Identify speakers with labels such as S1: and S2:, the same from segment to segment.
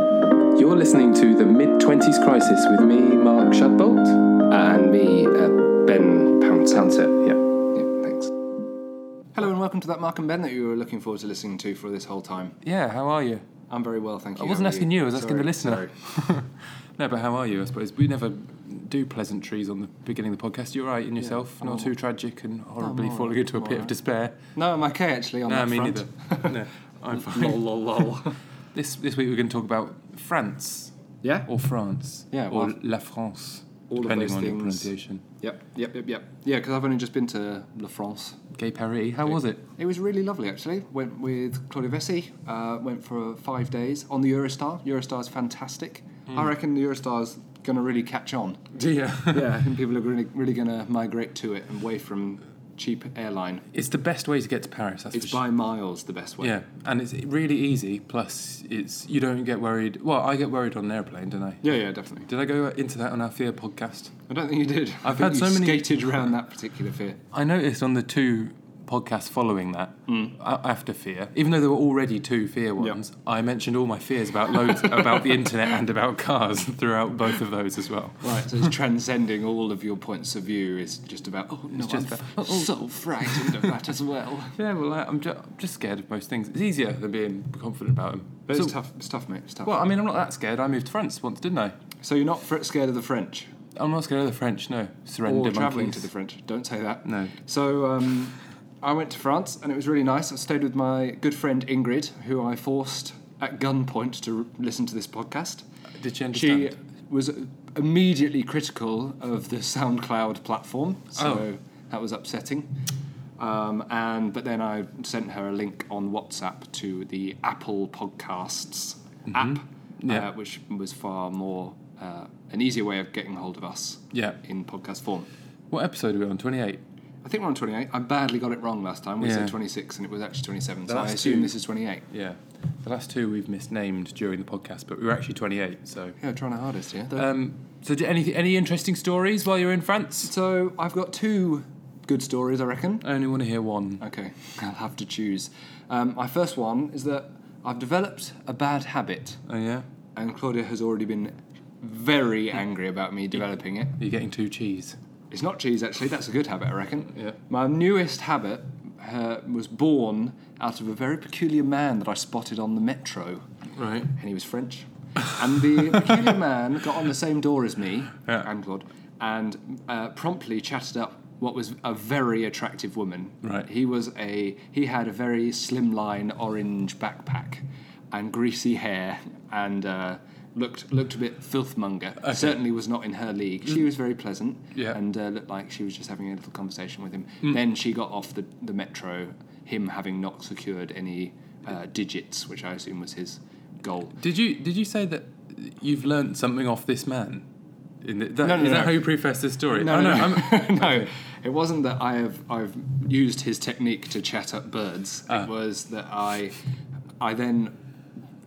S1: You're listening to the Mid 20s Crisis with me, Mark Shadbolt.
S2: and me, uh, Ben Pouncet.
S1: Yeah.
S2: Yeah, thanks. Hello and welcome to that Mark and Ben that you were looking forward to listening to for this whole time.
S1: Yeah, how are you?
S2: I'm very well, thank you.
S1: I wasn't
S2: How are
S1: asking you, I was asking the listener.
S2: sorry.
S1: No, but how are you? I suppose we never do pleasantries on the beginning of the podcast. You're right in yourself,
S2: I'm
S1: not
S2: all-
S1: too tragic and horribly
S2: all
S1: falling
S2: right,
S1: into a
S2: I'm
S1: pit
S2: all
S1: of
S2: right.
S1: despair.
S2: No, I'm okay actually on
S1: no,
S2: that
S1: me
S2: front.
S1: neither. no, I'm fine.
S2: Lol, lol, lol.
S1: This this week we're going to talk about France
S2: yeah?
S1: or France
S2: Yeah,
S1: or
S2: well,
S1: La France,
S2: all of
S1: depending
S2: those
S1: on your
S2: things.
S1: pronunciation.
S2: Yep, yep, yep, yep. Yeah, because I've only just been to La France.
S1: Gay Paris, how
S2: Okay.
S1: was it?
S2: It was really lovely, actually. Went with Claudia Vessi. Uh, went for five days on the Eurostar. Eurostar's fantastic. I
S1: Hmm.
S2: reckon the Eurostar's going to really catch on.
S1: Yeah.
S2: Yeah, and people are really, really going to migrate to it and away from cheap airline.
S1: It's the best way to get to Paris. That's
S2: It's
S1: for sure.
S2: by miles the best way.
S1: Yeah, and it's really easy. Plus, it's you don't get worried. Well, I get worried on an airplane, don't I?
S2: yeah, yeah, definitely.
S1: Did I go into that on our fear podcast?
S2: I don't think you did. I
S1: I've
S2: think
S1: had
S2: you
S1: so many-
S2: skated around that particular fear.
S1: I noticed on the two podcasts following that,
S2: Hmm.
S1: a- after fear, even though there were already two fear ones, I mentioned all my fears about loads about the internet and about cars throughout both of those as well.
S2: Right, so it's transcending all of your points of view. It's just about oh no,
S1: It's just
S2: I'm
S1: about,
S2: f- so frightened of that as well.
S1: Yeah, well, I, I'm, ju- I'm just scared of most things. It's easier than being confident about them.
S2: But
S1: So-
S2: it's tough, it's tough, mate. It's tough.
S1: Well, I mean, I'm not that scared. I moved to France once, didn't I?
S2: so you're not fr- scared of the French
S1: I'm not scared of the French. No, surrender
S2: or travelling to
S1: monkeys.
S2: the French? Don't say that.
S1: No.
S2: So um, I went to France and it was really nice. I stayed with my good friend Ingrid, who I forced at gunpoint to r- listen to this podcast.
S1: Did you understand?
S2: She was immediately critical of the SoundCloud platform,
S1: Oh.
S2: so that was upsetting. Um, and but then I sent her a link on WhatsApp to the Apple Podcasts app,
S1: Mm-hmm. Yeah.
S2: uh, which was far more uh, an easier way of getting hold of us
S1: Yeah.
S2: in podcast form.
S1: What episode are we on? 28.
S2: I think we're on 28. I badly got it wrong last time. We
S1: Yeah.
S2: said 26 and it was actually 27, so
S1: That's
S2: I assume
S1: too-
S2: this is 28.
S1: Yeah. The last two we've misnamed during the podcast, but we were actually 28. So,
S2: Yeah, trying our hardest, yeah.
S1: um, so did any any interesting stories while you were in France?
S2: so I've got two good stories, I reckon.
S1: I only want to hear one.
S2: Okay, I'll have to choose. Um, my first one is that I've developed a bad habit,
S1: Oh yeah,
S2: and Claudia has already been very angry about me developing it.
S1: you're getting two cheese.
S2: It's not cheese, actually, that's a good habit, I reckon.
S1: Yeah.
S2: My newest habit uh, was born out of a very peculiar man that I spotted on the metro,
S1: Right.
S2: and he was French. And the peculiar man got on the same door as me
S1: Yeah.
S2: and Claude, and uh, promptly chatted up what was a very attractive woman.
S1: Right.
S2: He was a he had a very slimline orange backpack, and greasy hair, and uh, looked looked a bit filthmonger. Certainly was not in her league.
S1: Mm.
S2: She was very pleasant,
S1: Yeah.
S2: and uh, looked like she was just having a little conversation with him. Then she got off the the metro, him having not secured any uh, digits, which I assume was his goal.
S1: Did you did you say that you've learnt something off this man? In the, that,
S2: No, no,
S1: is that
S2: no.
S1: how you preface this story?
S2: No,
S1: oh,
S2: no,
S1: I'm-
S2: no. No, It wasn't that I have I've used his technique to chat up birds.
S1: Ah.
S2: It was that I I then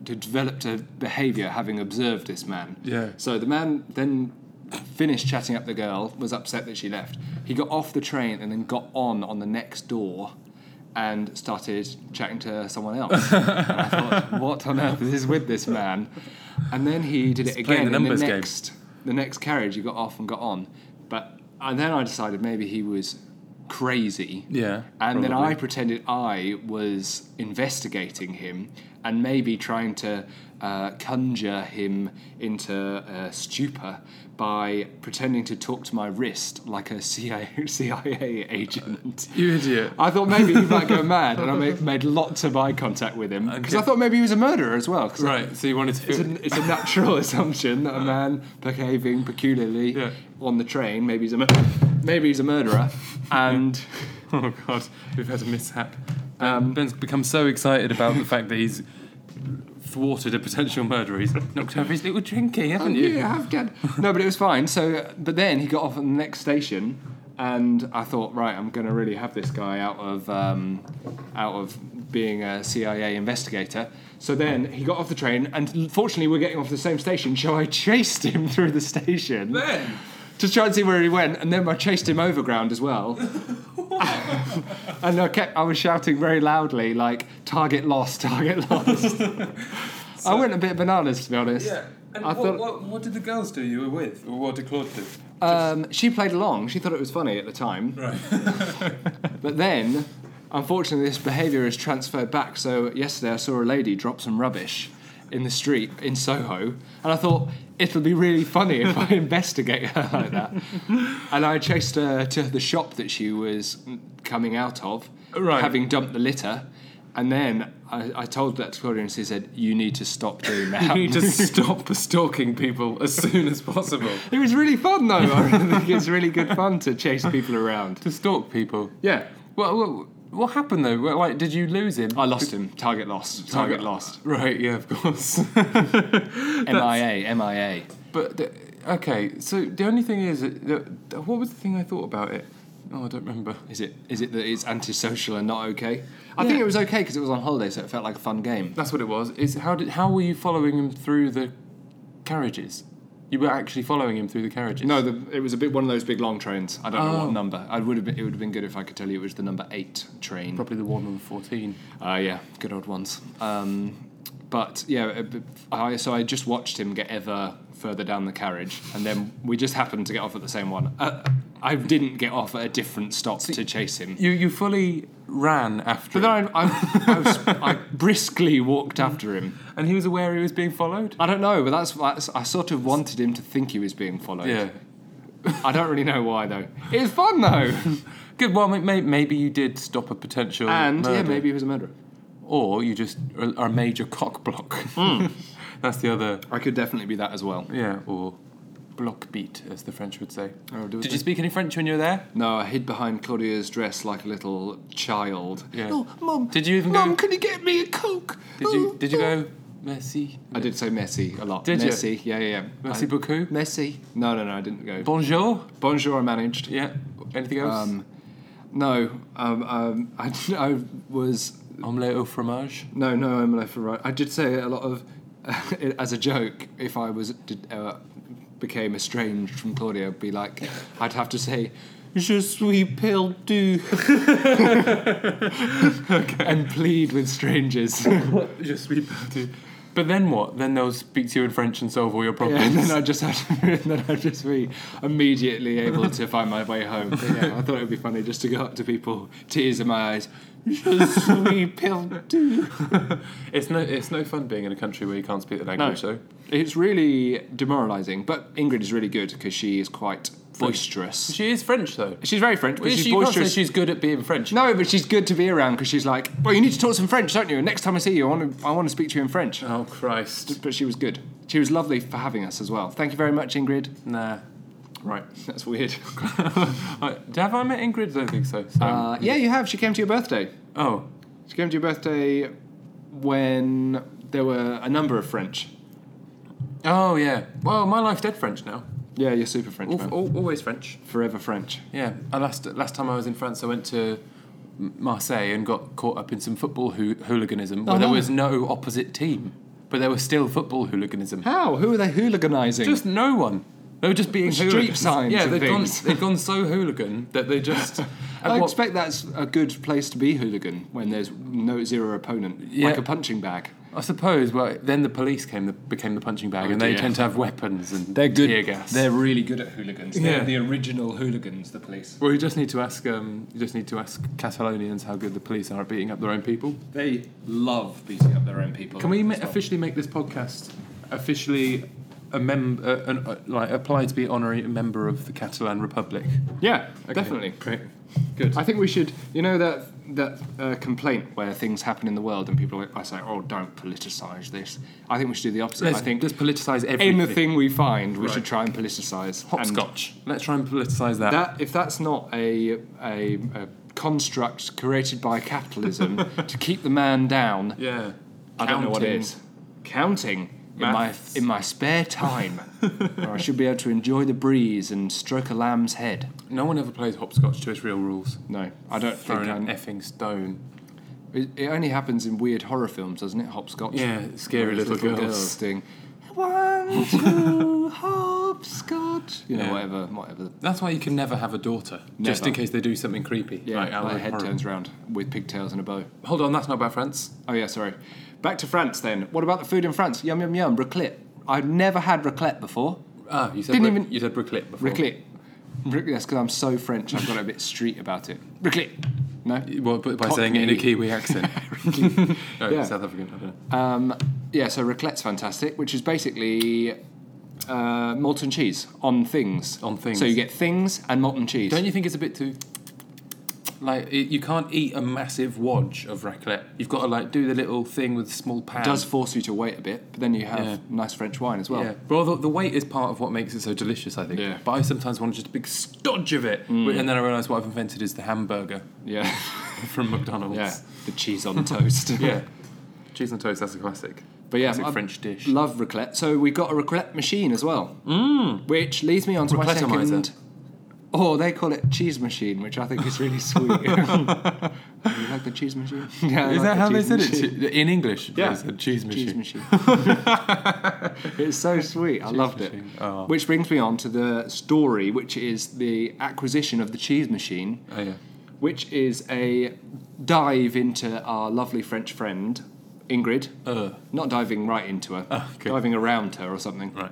S2: d- developed a behaviour having observed this man.
S1: Yeah.
S2: So the man then finished chatting up the girl, was upset that she left. He got off the train and then got on on the next door. And started chatting to someone else. and I thought, what on earth is with this man? And then he did it
S1: playing
S2: again.
S1: the
S2: in
S1: numbers
S2: the
S1: game.
S2: next next- the next carriage he got off and got on but and then i decided maybe he was crazy
S1: Yeah,
S2: and then
S1: probably.
S2: i pretended i was investigating him and maybe trying to uh, conjure him into a stupor by pretending to talk to my wrist like a CIA, CIA agent.
S1: Uh, you idiot.
S2: I thought maybe he might go mad, and I made, made lots of eye contact with him because I
S1: Okay.
S2: thought maybe he was a murderer as well. 'cause
S1: Right. So you wanted to.
S2: it's
S1: Feel,
S2: a, it's a natural assumption that a man behaving peculiarly
S1: Yeah.
S2: on the train, maybe he's a, mur- maybe he's a murderer, and
S1: oh god, we've had a mishap. Um, Ben's become so excited about the fact that he's thwarted a potential murderer. He's knocked over his little drinky, haven't you?
S2: you have done. No, but it was fine. So, but then he got off at the next station, and I thought, right, I'm going to really have this guy out of um, out of being a CIA investigator. So then he got off the train, and fortunately, we're getting off the same station. So I chased him through the station.
S1: Ben!
S2: to try and see where he went, and then I chased him over ground as well. and I kept, I was shouting very loudly, like "target lost, target lost." I went a bit bananas, to be honest.
S1: Yeah. And
S2: I
S1: what,
S2: thought-
S1: what, what did the girls do you were with? Or what did Claude do?
S2: Um, she played along. She thought it was funny at the time.
S1: Right.
S2: But then, unfortunately, this behaviour is transferred back. So yesterday, I saw a lady drop some rubbish in the street in Soho, and I thought it'll be really funny if I investigate her like that. And I chased her to the shop that she was coming out of,
S1: Right.
S2: having dumped the litter. And then I, I told that to Claudia, and she said, "You need to stop doing that."
S1: You need to stop stalking people as soon as possible.
S2: it was really fun, though. I really think it's really good fun to chase people around.
S1: To stalk people.
S2: Yeah.
S1: Well, well, what happened though? Well, Like, did you lose him?
S2: I lost him. Target lost. Target lost.
S1: Right, yeah, of course.
S2: MIA, MIA.
S1: But the, okay, so the only thing is, the, the- what was the thing I thought about it? Oh, I don't remember.
S2: Is it is it that it's antisocial and not okay? I think
S1: Yeah.
S2: it was okay because it was on holiday, so it felt like a fun game.
S1: That's what it was. Is how did how were you following him through the carriages? You were actually following him through the carriages.
S2: No, the, it was a bit one of those big long trains. I don't know
S1: Oh.
S2: what number. I would have been, it would have been good if I could tell you it was the number eight train.
S1: probably the one on the fourteen.
S2: Uh, yeah, good old ones. Um, but yeah, it- it- I, so I just watched him get ever further down the carriage, and then we just happened to get off at the same one. Uh, I didn't get off at a different stop to chase him.
S1: You you fully ran after,
S2: But
S1: him,
S2: then I, I, I, was, I briskly walked after him.
S1: and he was aware he was being followed.
S2: I don't know, but that's, that's I sort of wanted him to think he was being followed.
S1: Yeah.
S2: I don't really know why though. It was fun though.
S1: Good. Well, may, maybe you did stop a potential
S2: and yeah,
S1: murder.
S2: maybe he was a murderer.
S1: or you just are are a major cock block.
S2: Hmm.
S1: That's the other.
S2: I could definitely be that as well.
S1: Yeah, or block beat, as the French would say.
S2: Oh, do
S1: Did
S2: they?
S1: you speak any French when you were there?
S2: No, I hid behind Claudia's dress like a little child.
S1: Yeah.
S2: Oh, mum.
S1: Did you even
S2: Mum,
S1: go-
S2: can you get me a coke?
S1: Did you did you
S2: Oh,
S1: go merci
S2: oh. I did say messy a lot.
S1: Did you?
S2: messy. Yeah, yeah, yeah.
S1: merci
S2: I-
S1: beaucoup
S2: Messy. No, no, no. I didn't go.
S1: bonjour
S2: Bonjour. I managed.
S1: yeah anything else
S2: Um, no, um, um, I, I was
S1: omelette au fromage
S2: no, no omelette for right. I did say a lot of as a joke. If I was did, uh, became estranged from Claudia, I'd be like, I'd have to say, "Je suis perdu," and plead with strangers. yeah,
S1: je suis perdu but then what then they'll speak to you in French and solve all your
S2: and
S1: problems
S2: then I'd just have to, and then I'd just be immediately able to find my way home. But yeah, I thought it would be funny just to go up to people, tears in my eyes. Je suis perdu.
S1: it's no it's no fun being in a country where you can't speak the language though
S2: It's really demoralising, but Ingrid is really good because she is quite boisterous.
S1: she is French though
S2: She's very French, but
S1: Is
S2: she's
S1: she, you can't say
S2: boisterous.
S1: she's good at being French
S2: No, but she's good to be around because she's like, well, you need to talk some French, don't you? And next time I see you, I want to, I want to speak to you in French.
S1: oh Christ
S2: But she was good. She was lovely for having us as well. Thank you very much, Ingrid.
S1: nah
S2: Right, that's weird.
S1: Uh, have I met Ingrid I don't think so, so
S2: Uh, yeah, you have. She came to your birthday.
S1: oh
S2: She came to your birthday when there were a number of French.
S1: oh yeah well my life's dead French now
S2: Yeah, you're super French,
S1: Al-
S2: man.
S1: al- always French
S2: Forever French.
S1: Yeah, and last last time I was in France, I went to M- Marseille and got caught up in some football hoo- hooliganism where
S2: Oh,
S1: there
S2: no.
S1: was no opposite team, but there was still football hooliganism.
S2: How? Who are they hooliganising?
S1: Just no one. They were just being
S2: Street
S1: hooligans.
S2: signs
S1: Yeah,
S2: and
S1: they've gone,
S2: things.
S1: they've gone so hooligan that they just.
S2: I
S1: and what-
S2: expect that's a good place to be hooligan when there's no zero opponent,
S1: Yeah.
S2: like a punching bag.
S1: I suppose. Well, then the police came, the, became the punching bag,
S2: Oh,
S1: and they
S2: dear.
S1: tend to have weapons and tear gas.
S2: really good at hooligans.
S1: They're Yeah. the
S2: original hooligans, the police.
S1: well, you just need to ask. Um, you just need to ask Catalonians how good the police are at beating up their own people.
S2: They love beating up their own people.
S1: Can we ma- officially make this podcast officially a mem- uh, an, uh, like apply to be honorary member of the Catalan Republic?
S2: Yeah, definitely.
S1: Great. Good.
S2: I think we should. You know that that uh, complaint where things happen in the world and people are, I say, "Oh, don't politicise this." I think we should do the opposite.
S1: let's,
S2: I think
S1: let's politicize everything.
S2: anything we find, we
S1: Right.
S2: should try and politicise. and-
S1: Hopscotch. let's try and politicize that.
S2: That if that's not a a, a construct created by capitalism to keep the man down,
S1: yeah.
S2: I don't know what it
S1: Counting.
S2: is. Counting
S1: Maths.
S2: in my in my spare time, where I should be able to enjoy the breeze and stroke a lamb's head.
S1: No one ever plays hopscotch to its real rules.
S2: No, I don't think.
S1: Throwing an
S2: I'm,
S1: effing stone.
S2: it, it only happens in weird horror films, doesn't it? Hopscotch.
S1: Yeah, scary
S2: Where
S1: little,
S2: those
S1: girls.
S2: sing, One, two, hopscotch. You know,
S1: Yeah.
S2: whatever, whatever.
S1: That's why you can never have a daughter, just
S2: Never.
S1: in case they do something creepy.
S2: Yeah,
S1: like Alan
S2: my head
S1: Horrocks.
S2: turns round with pigtails and a bow.
S1: Hold on, that's not about France.
S2: Oh yeah, sorry. Back to France then. What about the food in France? Yum yum yum. Raclette. I'd never had raclette before.
S1: Ah, you said
S2: Didn't
S1: bric-
S2: even-
S1: you said bricklet before.
S2: Raclette. Raclette. That's because I'm so French. I've got a bit street about it. Raclette. No.
S1: Well, but by saying it in a
S2: Cockney.
S1: Kiwi accent. oh,
S2: Yeah.
S1: South African. I don't know.
S2: Um, yeah, so raclette's fantastic, which is basically uh, molten cheese on things.
S1: On things.
S2: So you get things and molten cheese.
S1: Don't you think it's a bit too like it, you can't eat a massive wodge of raclette? You've got to like do the little thing with a small pan.
S2: It does force you to wait a bit, but then you have
S1: Yeah.
S2: nice French wine as well.
S1: yeah. Well, the, the weight is part of what makes it so delicious, I think.
S2: Yeah.
S1: But I sometimes want just a big stodge of it, and then I realise what I've invented is the hamburger
S2: Yeah.
S1: from McDonald's.
S2: yeah. The cheese on toast.
S1: Yeah. Um, Cheese and toast. That's a classic.
S2: But yeah,
S1: classic
S2: I
S1: French dish.
S2: Love raclette. So we got a raclette machine as well, mm. which leads me on to my
S1: Raclette-omizer.
S2: second. Or they call it cheese machine, which I think is really sweet. you like the cheese machine? Yeah, I
S1: is
S2: like
S1: that
S2: the
S1: how they
S2: cheese
S1: said
S2: machine.
S1: it in English?
S2: Yeah.
S1: they said cheese machine.
S2: Cheese machine. it's so sweet. I loved
S1: machine.
S2: it.
S1: Oh.
S2: Which brings me on to the story, which is the acquisition of the cheese machine,
S1: Oh yeah.
S2: which is a dive into our lovely French friend, Ingrid.
S1: Uh,
S2: Not diving right into her,
S1: Oh, okay.
S2: diving around her or something.
S1: right.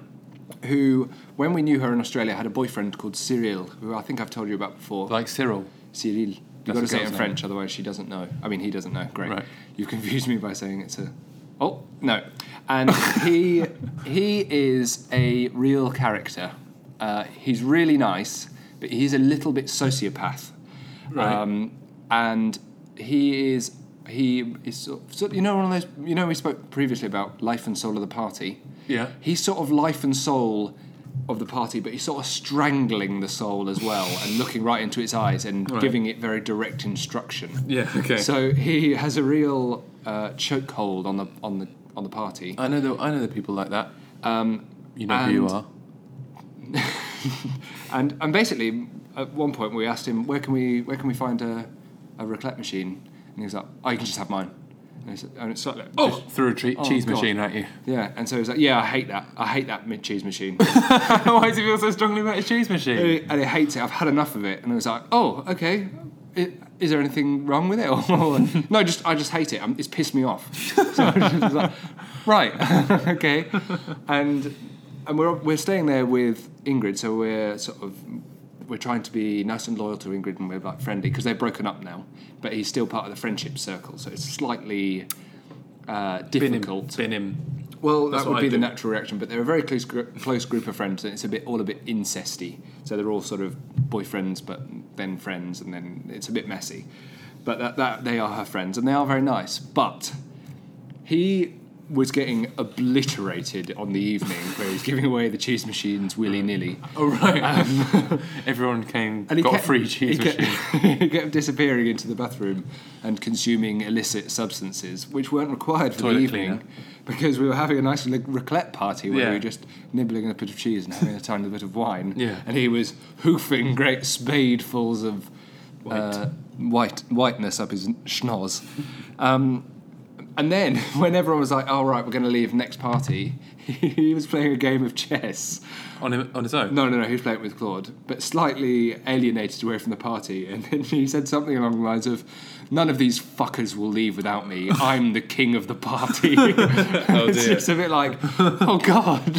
S2: Who, when we knew her in Australia, had a boyfriend called Cyril, who I think I've told you about before.
S1: Like Cyril.
S2: Cyril. You've
S1: That's
S2: got
S1: a
S2: to say it in
S1: girl's name.
S2: French, otherwise she doesn't know. I mean, he doesn't know. Great.
S1: Right.
S2: You've confused me by saying it's a. Oh no! And he he is a real character. Uh, he's really nice, but he's a little bit sociopath.
S1: Right.
S2: Um, and he is he is sort of, sort- you know one of those you know we spoke previously about life and soul of the party.
S1: Yeah.
S2: He's sort of life and soul of the party, but he's sort of strangling the soul as well and looking right into its eyes and
S1: Right.
S2: giving it very direct instruction.
S1: Yeah. Okay.
S2: So he has a real uh, chokehold on the on the on the party.
S1: I know the I know the people like that.
S2: Um,
S1: You know who you
S2: and-
S1: are.
S2: and and basically, at one point we asked him where can we where can we find a, a raclette machine, and he was like, oh, you can just have mine. And, he said, and it's like,
S1: Oh, threw a tre-
S2: Oh,
S1: cheese
S2: God.
S1: machine at you.
S2: yeah. And so he was like, yeah, I hate that. I hate that mid cheese machine.
S1: Why does he feel so strongly about his cheese
S2: and,
S1: machine?
S2: he, and he hates it. I've had enough of it. And I was like, oh, okay. I- Is there anything wrong with it? Or, no, just I just hate it. i it's pissed me off. So I was just like, right, okay. And and we're we're staying there with Ingrid, so we're sort of we're trying to be nice and loyal to Ingrid, and we're like friendly because they've broken up now. But he's still part of the friendship circle, so it's slightly uh,
S1: Bin
S2: difficult.
S1: him. Bin him.
S2: Well,
S1: That's
S2: that
S1: what
S2: would
S1: I
S2: be the
S1: do.
S2: natural reaction, but they're a very close gr- close group of friends, and it's a bit all a bit incesty. So they're all sort of boyfriends, but then friends, and then it's a bit messy. But that, that they are her friends, and they are very nice. But he was getting obliterated on the evening where he's giving away the cheese machines willy nilly.
S1: Oh, right. Um, Everyone came,
S2: And he
S1: got
S2: kept-
S1: a free cheese
S2: he
S1: machine.
S2: kept, he kept disappearing into the bathroom and consuming illicit substances, which weren't required for
S1: Toilet
S2: the evening
S1: cleaner.
S2: because we were having a nice little raclette party where
S1: Yeah.
S2: we were just nibbling a bit of cheese and having a tiny bit of wine.
S1: Yeah.
S2: And he was hoofing great spadefuls of uh, white whiteness up his schnoz. Um, and then when everyone was like, "All right, we're going to leave next party," he was playing a game of chess.
S1: on, him, on his own.
S2: No, no, no. He was playing with Claude, but slightly alienated away from the party. And then he said something along the lines of, "None of these fuckers will leave without me. I'm the king of the party." it's
S1: Oh, dear.
S2: just a bit like, "Oh God,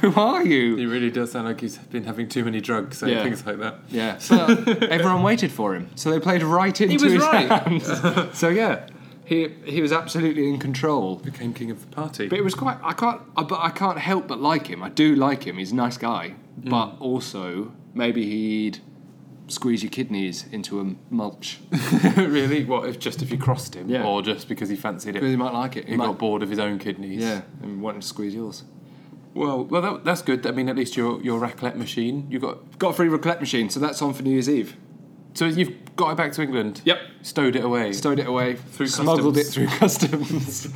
S2: who are you?"
S1: He really does sound like he's been having too many drugs and
S2: Yeah.
S1: things like that.
S2: Yeah. So everyone waited for him. So they played right into
S1: was
S2: his
S1: right.
S2: hands. so yeah, he he was absolutely in control.
S1: Became king of the party.
S2: But it was quite. I can't. I, but I can't help but like him. I do like him. He's a nice guy.
S1: Mm.
S2: But also, maybe he'd squeeze your kidneys into a mulch.
S1: really? What if just if you crossed him,
S2: Yeah.
S1: or just because he fancied
S2: But
S1: it?
S2: he might like it.
S1: He
S2: might,
S1: got bored of his own kidneys.
S2: Yeah, and wanted to squeeze yours.
S1: Well, well, that, that's good. I mean, at least your your raclette machine. You got
S2: Got a free raclette machine, so that's on for New Year's Eve.
S1: so you've got it back to England.
S2: Yep.
S1: Stowed it away.
S2: Stowed it away,
S1: Through
S2: smuggled
S1: customs.
S2: it through customs.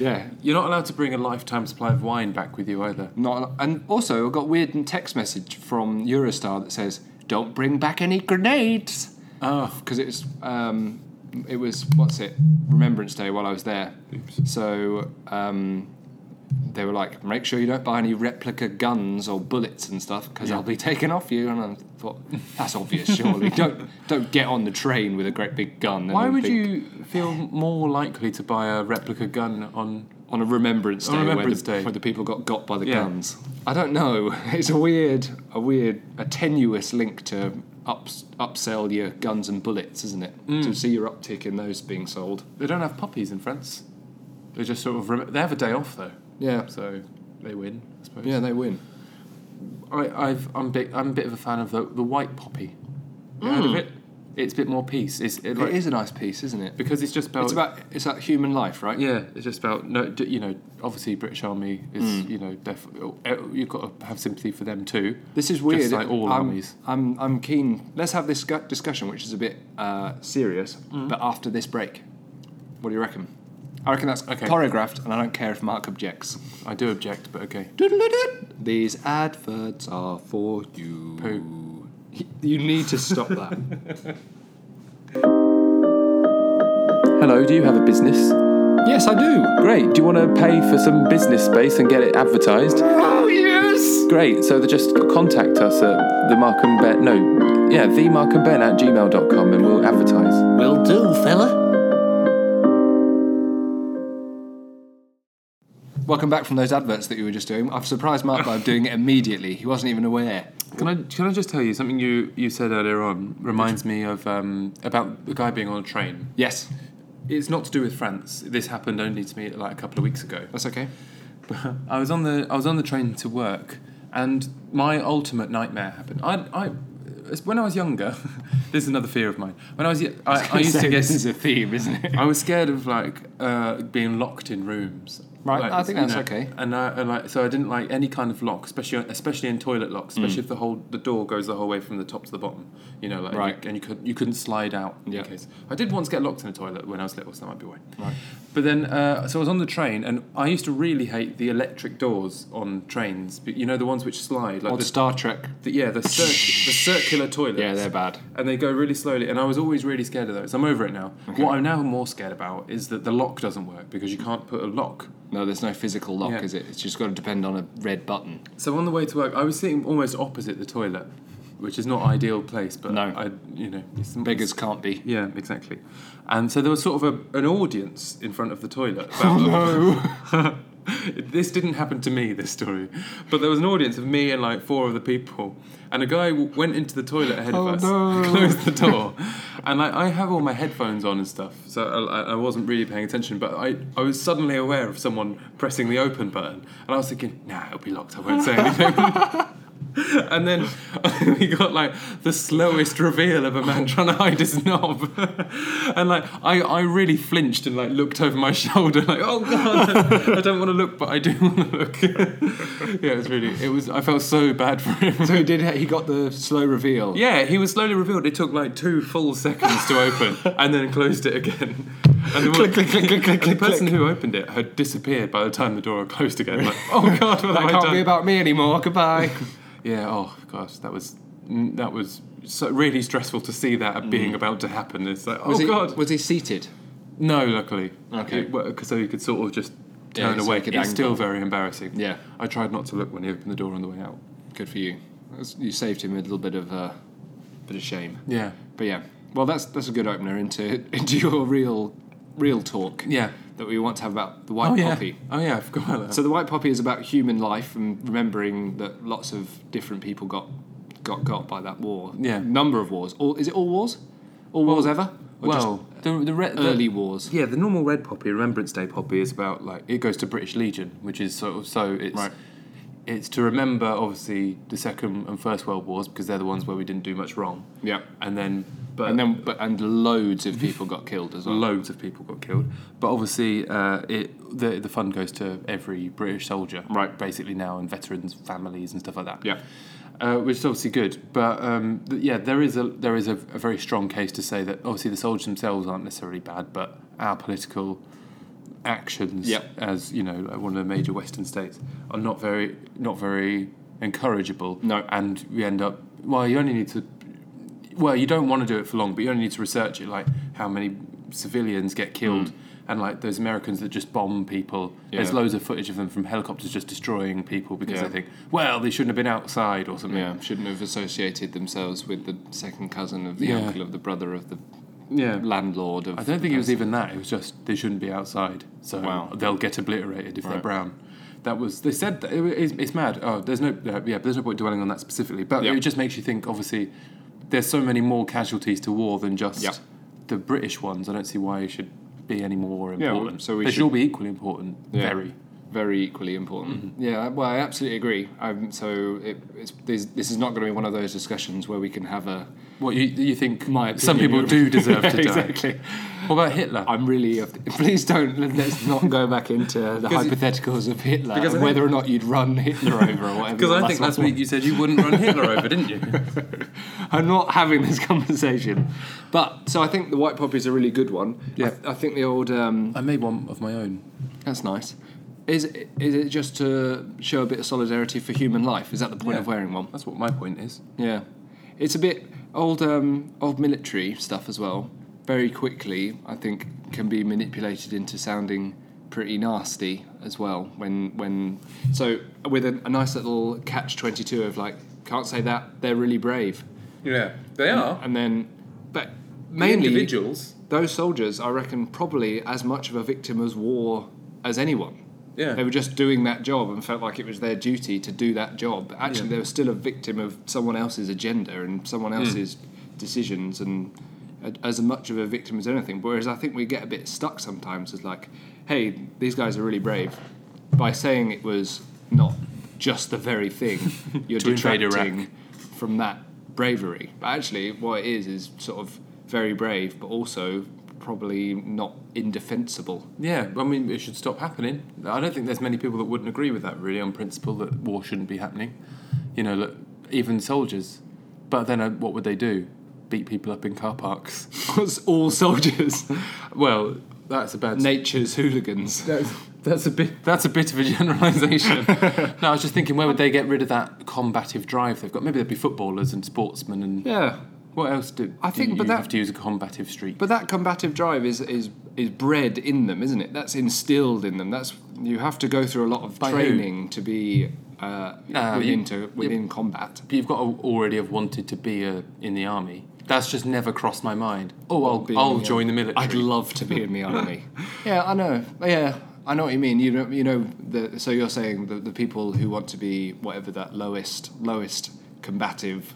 S2: yeah.
S1: You're not allowed to bring a lifetime supply of wine back with you either.
S2: Not, and also, I got a weird text message from Eurostar that says, "Don't bring back any grenades."
S1: Oh,
S2: because it's um, it was what's it Remembrance Day while I was there. So um, they were like, make sure you don't buy any replica guns or bullets and stuff because
S1: Yeah.
S2: I'll be taken off you. And I thought that's obvious, surely. don't don't get on the train with a great big gun. and
S1: Why
S2: then
S1: would
S2: think-
S1: you feel more likely to buy a replica gun on
S2: on a remembrance day,
S1: On Remembrance
S2: where, the,
S1: Day.
S2: where the people got got by the
S1: Yeah.
S2: guns. I don't know. It's a weird, a weird, a tenuous link to ups, upsell your guns and bullets, isn't it?
S1: Mm.
S2: To see your uptick in those being sold.
S1: They don't have puppies in France. They just sort of rem- they have a day off though,
S2: Yeah,
S1: so they win. I suppose.
S2: yeah, they win.
S1: I, I've, I'm big. I'm a bit of a fan of the, the white poppy. You heard of it? It's a bit more peace. It's it, like,
S2: Mm. It is a nice piece, isn't it?
S1: because it's just about,
S2: It's about it's that human life, right?
S1: yeah. It's just about no. d- You know, obviously British Army is you know def- oh, you've got to have sympathy for them too.
S2: This is weird.
S1: Just like all
S2: I'm,
S1: armies.
S2: I'm, I'm keen. Let's have this gu- discussion, which is a bit uh, serious,
S1: Mm-hmm.
S2: but after this break. What do you reckon? I reckon that's
S1: Okay.
S2: choreographed, and I don't care if Mark objects.
S1: I do object, but okay.
S2: These adverts are for you.
S1: Poo.
S2: You need to stop that.
S1: Hello. Do you have a business?
S2: yes, I do.
S1: Great. Do you want to pay for some business space and get it advertised?
S2: Oh, yes!
S1: Great. So they just contact us at the Mark and Ben. No, yeah, the Mark and Ben at gmail.com and we'll advertise.
S3: Will do, fella.
S2: Welcome back from those adverts that you were just doing. I've surprised Mark by doing it immediately. He wasn't even aware.
S1: Can I can I just tell you something you, you said earlier on reminds me of um, about the guy being on a train.
S2: Yes,
S1: It's not to do with France. This happened only to me like a couple of weeks ago.
S2: that's okay.
S1: I was on the I was on the train to work, and my ultimate nightmare happened. I I when I was younger, this is another fear of mine. When I was y- I, I used to get
S2: So this is a theme, isn't it?
S1: I was scared of like uh, being locked in rooms.
S2: Right,
S1: Like,
S2: I think
S1: you
S2: that's okay.
S1: And I and like so I didn't like any kind of lock, especially especially in toilet locks, especially if the whole the door goes the whole way from the top to the bottom. You know, like and
S2: Right.
S1: you, and you could you couldn't slide out
S2: Yeah.
S1: in case. I did once get locked in a toilet when I was little, so that might be why. Right. But then uh, so I was on the train and I used to really hate the electric doors on trains, but you know the ones which slide like
S2: On
S1: the,
S2: Star Trek.
S1: the yeah the, cir- the circular toilets
S2: Yeah, they're bad.
S1: and they go really slowly. And I was always really scared of those. I'm over it now. What I'm now more scared about is that the lock doesn't work because you can't put a lock.
S2: No, there's no physical lock,
S1: Yeah.
S2: is it? It's just got to depend on a red button.
S1: So on the way to work, I was sitting almost opposite the toilet, which is not ideal place, but
S2: No.
S1: I, you know, it's,
S2: Beggars can't be.
S1: Yeah, exactly. And so there was sort of a, an audience in front of the toilet. About
S2: Oh,
S1: this didn't happen to me, this story. But there was an audience of me and like four of the people. And a guy w- went into the toilet ahead
S2: Oh,
S1: of us,
S2: no.
S1: closed the door. And like, I have all my headphones on and stuff, so I, I- I wasn't really paying attention. But I, I was suddenly aware of someone pressing the open button. And I was thinking, nah, it'll be locked, I won't say anything. And then we got like the slowest reveal of a man trying to hide his knob. and like I, I really flinched and like looked over my shoulder like, oh god, I don't want to look, but I do want to look. yeah, it was really it was I felt so bad for him.
S2: So he did. He got the slow reveal.
S1: Yeah, he was slowly revealed. It took like two full seconds to open and then closed it again. And the,
S2: Click, click, click, click, click,
S1: and the
S2: click,
S1: person who opened it had disappeared by the time the door had closed again. Like, oh god, what have
S2: That
S1: I
S2: can't
S1: done?
S2: be about me anymore. Goodbye.
S1: Yeah. Oh gosh, that was mm, that was so really stressful to see that being about to happen. It's like, oh
S2: Was he,
S1: god.
S2: Was he seated?
S1: no, luckily.
S2: Okay.
S1: Because so you could sort of just
S2: Yeah,
S1: turn
S2: so
S1: away.
S2: you could
S1: It's
S2: angle.
S1: still very embarrassing.
S2: Yeah.
S1: I tried not to look when he opened the door on the way out.
S2: Good for you. That's- You saved him a little bit of uh, bit of shame.
S1: Yeah.
S2: But yeah. Well, that's that's a good opener into into your real real talk.
S1: Yeah.
S2: That we want to have about the white
S1: oh yeah.
S2: poppy.
S1: Oh yeah. I forgot about that.
S2: So the white poppy is about human life and remembering that lots of different people got got got by that war.
S1: Yeah.
S2: Number of wars. All is it all wars? All wars ever? Or just
S1: well, the the, re- the-
S2: early wars.
S1: Yeah, the normal red poppy, Remembrance Day poppy, is about like it goes to British Legion, which is sort of so it's
S2: Right.
S1: it's to remember obviously the Second and First World Wars because they're the ones where we didn't do much wrong.
S2: Yeah.
S1: and then but
S2: And then but and loads of people got killed as well.
S1: loads of people got killed. But obviously, uh, it the the fund goes to every British soldier,
S2: Right.
S1: Basically now, and veterans, families, and stuff like that.
S2: Yeah.
S1: Uh, which is obviously good, but um, th- yeah, there is a there is a, a very strong case to say that obviously the soldiers themselves aren't necessarily bad, but our political actions,
S2: Yep.
S1: as you know, like one of the major Western states, are not very not very encourageable.
S2: No.
S1: and we end up well. You only need to well, you don't want to do it for long, but you only need to research it, like how many civilians get killed, and like those Americans that just bomb people. There's
S2: Hmm. Yeah.
S1: loads of footage of them from helicopters just destroying people because
S2: Yeah.
S1: they think, well, they shouldn't have been outside or something.
S2: Yeah, shouldn't have associated themselves with the second cousin of the
S1: Yeah.
S2: uncle of the brother of the
S1: Yeah.
S2: landlord of.
S1: I don't think it was
S2: even.
S1: even that. It was just they shouldn't be outside, so
S2: Wow.
S1: they'll get obliterated if they're
S2: Right.
S1: brown. That was they said that it, it's, it's mad. Oh, there's no uh, yeah, but there's no point dwelling on that specifically. But
S2: Yep.
S1: it just makes you think. Obviously, there's so many more casualties to war than just
S2: Yep.
S1: the British ones. I don't see why it should be any more
S2: well,
S1: important.
S2: so we
S1: they
S2: should-
S1: should all be equally important.
S2: Yeah.
S1: Very.
S2: very equally important. Yeah, well, I absolutely agree. Um, so it, it's, this, this is not going to be one of those discussions where we can have a.
S1: What you you think?
S2: My
S1: some people
S2: opinion.
S1: do deserve to die.
S2: exactly.
S1: What about Hitler?
S2: I'm really. of- Please don't. Let's not go back into the
S1: Because-
S2: hypotheticals of Hitler
S1: Because I
S2: and
S1: think-
S2: whether or not you'd run Hitler over or whatever.
S1: Because
S2: That's
S1: I think
S2: not
S1: last
S2: what-
S1: week you said you wouldn't run Hitler over, didn't you?
S2: I'm not having this conversation. But so I think the white poppy is a really good one.
S1: Yeah.
S2: I, I think the old. Um,
S1: I made one of my own.
S2: that's nice. Is it, is it just to show a bit of solidarity for human life? Is that the point
S1: Yeah.
S2: of wearing one?
S1: That's what my point is.
S2: Yeah, it's a bit old um, old military stuff as well. Very quickly, I think, can be manipulated into sounding pretty nasty as well. When when so with a, a nice little catch twenty two of like can't say that they're really brave,
S1: Yeah, they are.
S2: and then but mainly
S1: individuals.
S2: those soldiers, I reckon, probably as much of a victim as war as anyone.
S1: Yeah.
S2: They were just doing that job and felt like it was their duty to do that job. But actually,
S1: Yeah. Hmm.
S2: they were still a victim of someone else's agenda and someone else's decisions, and a- as much of a victim as anything. Whereas I think we get a bit stuck sometimes as like, hey, these guys are really brave. By saying it was not just the very thing, you're
S1: To invade Iraq.
S2: detracting from that bravery. But actually, what it is is sort of very brave, but also probably not indefensible.
S1: Yeah, I mean, it should stop happening. I don't think there's many people that wouldn't agree with that, really, on principle that war shouldn't be happening. You know, look, even soldiers. But then uh, what would they do? Beat people up in car parks.
S2: Because all soldiers,
S1: Well, that's a bad.
S2: nature's hooligans.
S1: that's, that's a bit. That's a bit of a generalisation. no, I was just thinking, where would they get rid of that combative drive they've got? Maybe they'd be footballers and sportsmen, and
S2: Yeah,
S1: what else do
S2: I
S1: do
S2: think,
S1: you
S2: but that-
S1: have to use a combative streak?
S2: but that combative drive is is is bred in them, isn't it? That's instilled in them. That's you have to go through a lot of
S1: By who?
S2: training to be uh,
S1: Nah,
S2: within
S1: you-
S2: to, within combat.
S1: But you've got to already have wanted to be a, in the army. That's just never crossed my mind. Oh,
S2: Or
S1: I'll,
S2: be in
S1: I'll
S2: the
S1: join the
S2: army.
S1: military.
S2: I'd love to be in the army. yeah, I know. Yeah, I know what you mean. You know, you know. The, so you're saying that the people who want to be whatever that lowest, lowest combative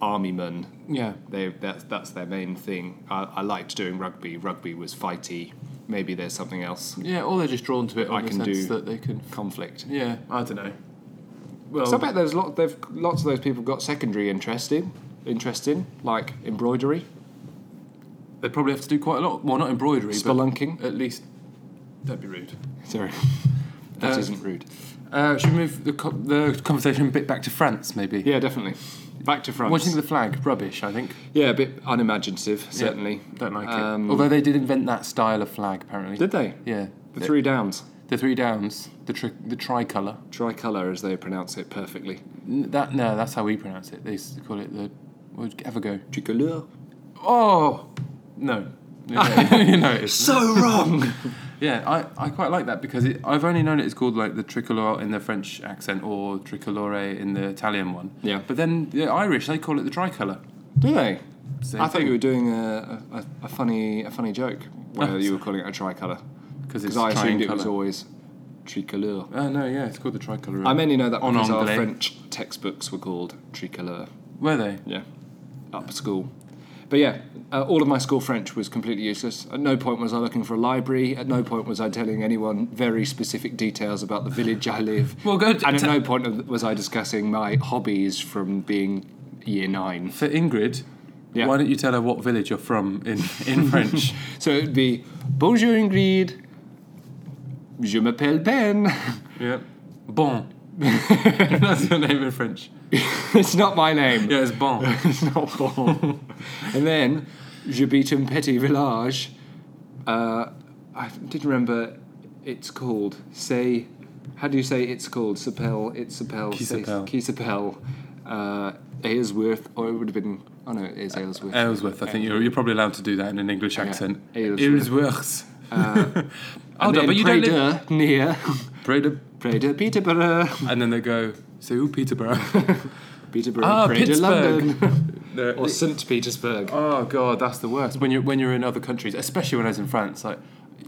S2: army man,
S1: yeah.
S2: they that's that's their main thing. I, I liked doing rugby. Rugby was fighty. Maybe there's something else.
S1: Yeah, or they're just drawn to it
S2: I
S1: on the
S2: can
S1: sense
S2: do-
S1: that they can.
S2: Conflict.
S1: Yeah, I don't know. Well,
S2: So I bet there's lot. They've lots of those people got secondary interest in, interest in like embroidery,
S1: they probably have to do quite a lot. Well, not embroidery,
S2: spelunking.
S1: but at least. Don't be rude.
S2: Sorry, that
S1: Uh,
S2: not rude.
S1: Uh, should we move the, co- the conversation a bit back to France, maybe?
S2: Yeah, definitely. Back to France.
S1: What do you think of the flag? Rubbish, I think.
S2: Yeah, a bit unimaginative, certainly.
S1: Don't like
S2: Um,
S1: it. Although they did invent that style of flag, apparently.
S2: Did they?
S1: Yeah.
S2: The three downs,
S1: the three downs, the, tri- the tricolour.
S2: tricolour as they pronounce it perfectly.
S1: N- That no, that's how we pronounce it. They s- call it the. Would ever go?
S2: Tricolour.
S1: Oh no, you know, you know it is.
S2: So wrong.
S1: Yeah, I, I quite like that because it, I've only known it is called like the tricolore in the French accent or tricolore in the Italian one.
S2: Yeah.
S1: But then the Irish they call it the tricolour.
S2: Do they?
S1: Same
S2: I thought you were doing a, a, a funny a funny joke where
S1: No.
S2: you were calling it a tricolour
S1: because it's
S2: because I assumed
S1: triangular.
S2: it was always tricolour.
S1: Oh no, yeah, it's called the tricolour.
S2: I mainly know that
S1: En
S2: because our
S1: anglais.
S2: French textbooks were called tricolour.
S1: Were they?
S2: Yeah, up at school. But yeah, uh, all of my school French was completely useless. At no point was I looking for a library. At no point was I telling anyone very specific details about the village I live.
S1: Well, go.
S2: and
S1: To,
S2: at no point of- was I discussing my hobbies from being year nine.
S1: for Ingrid,
S2: Yeah.
S1: why don't you tell her what village you're from in in French?
S2: So it'd be Bonjour Ingrid. Je m'appelle Ben.
S1: yeah. Bon. that's your name in French.
S2: it's not my name.
S1: Yeah, it's bon.
S2: It's not Bon. and then Je beat un petit village. Uh, I did remember it's called. Say, how do you say it's called? Sapel. It's Sapel.
S1: Qui
S2: say-
S1: s'appelle.
S2: Qui s'appelle. Uh, Aylesworth, or it would have been. Oh no, it is Aylesworth.
S1: Aylesworth. I think you're, you're probably allowed to do that in an English
S2: Okay.
S1: accent.
S2: Aylesworth. Uh,
S1: Aylesworth. Hold
S2: And
S1: on,
S2: then
S1: but you don't live.
S2: Preda, near
S1: Preda.
S2: Preda, Peterborough.
S1: And then they go, so who Peterborough?
S2: Peterborough,
S1: ah,
S2: Preda,
S1: Pittsburgh.
S2: London.
S1: the,
S3: or St. Petersburg.
S1: Oh god, that's the worst. When you're when you're in other countries, especially when I was in France, like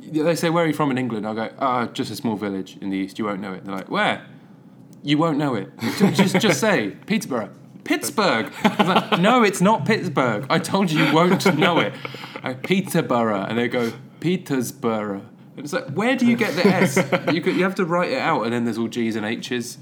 S1: yeah, they say, "Where are you from in England?" I go, "Ah, just a small village in the east. You won't know it." They're like, "Where?" You won't know it. just just, just say Peterborough. Pittsburgh. I was like, no, it's not Pittsburgh. I told you you won't know it. I, Peterborough, and they go Petersburg. And it's like, where do you get the S? You, could, you have to write it out, and then there's all G's and H's.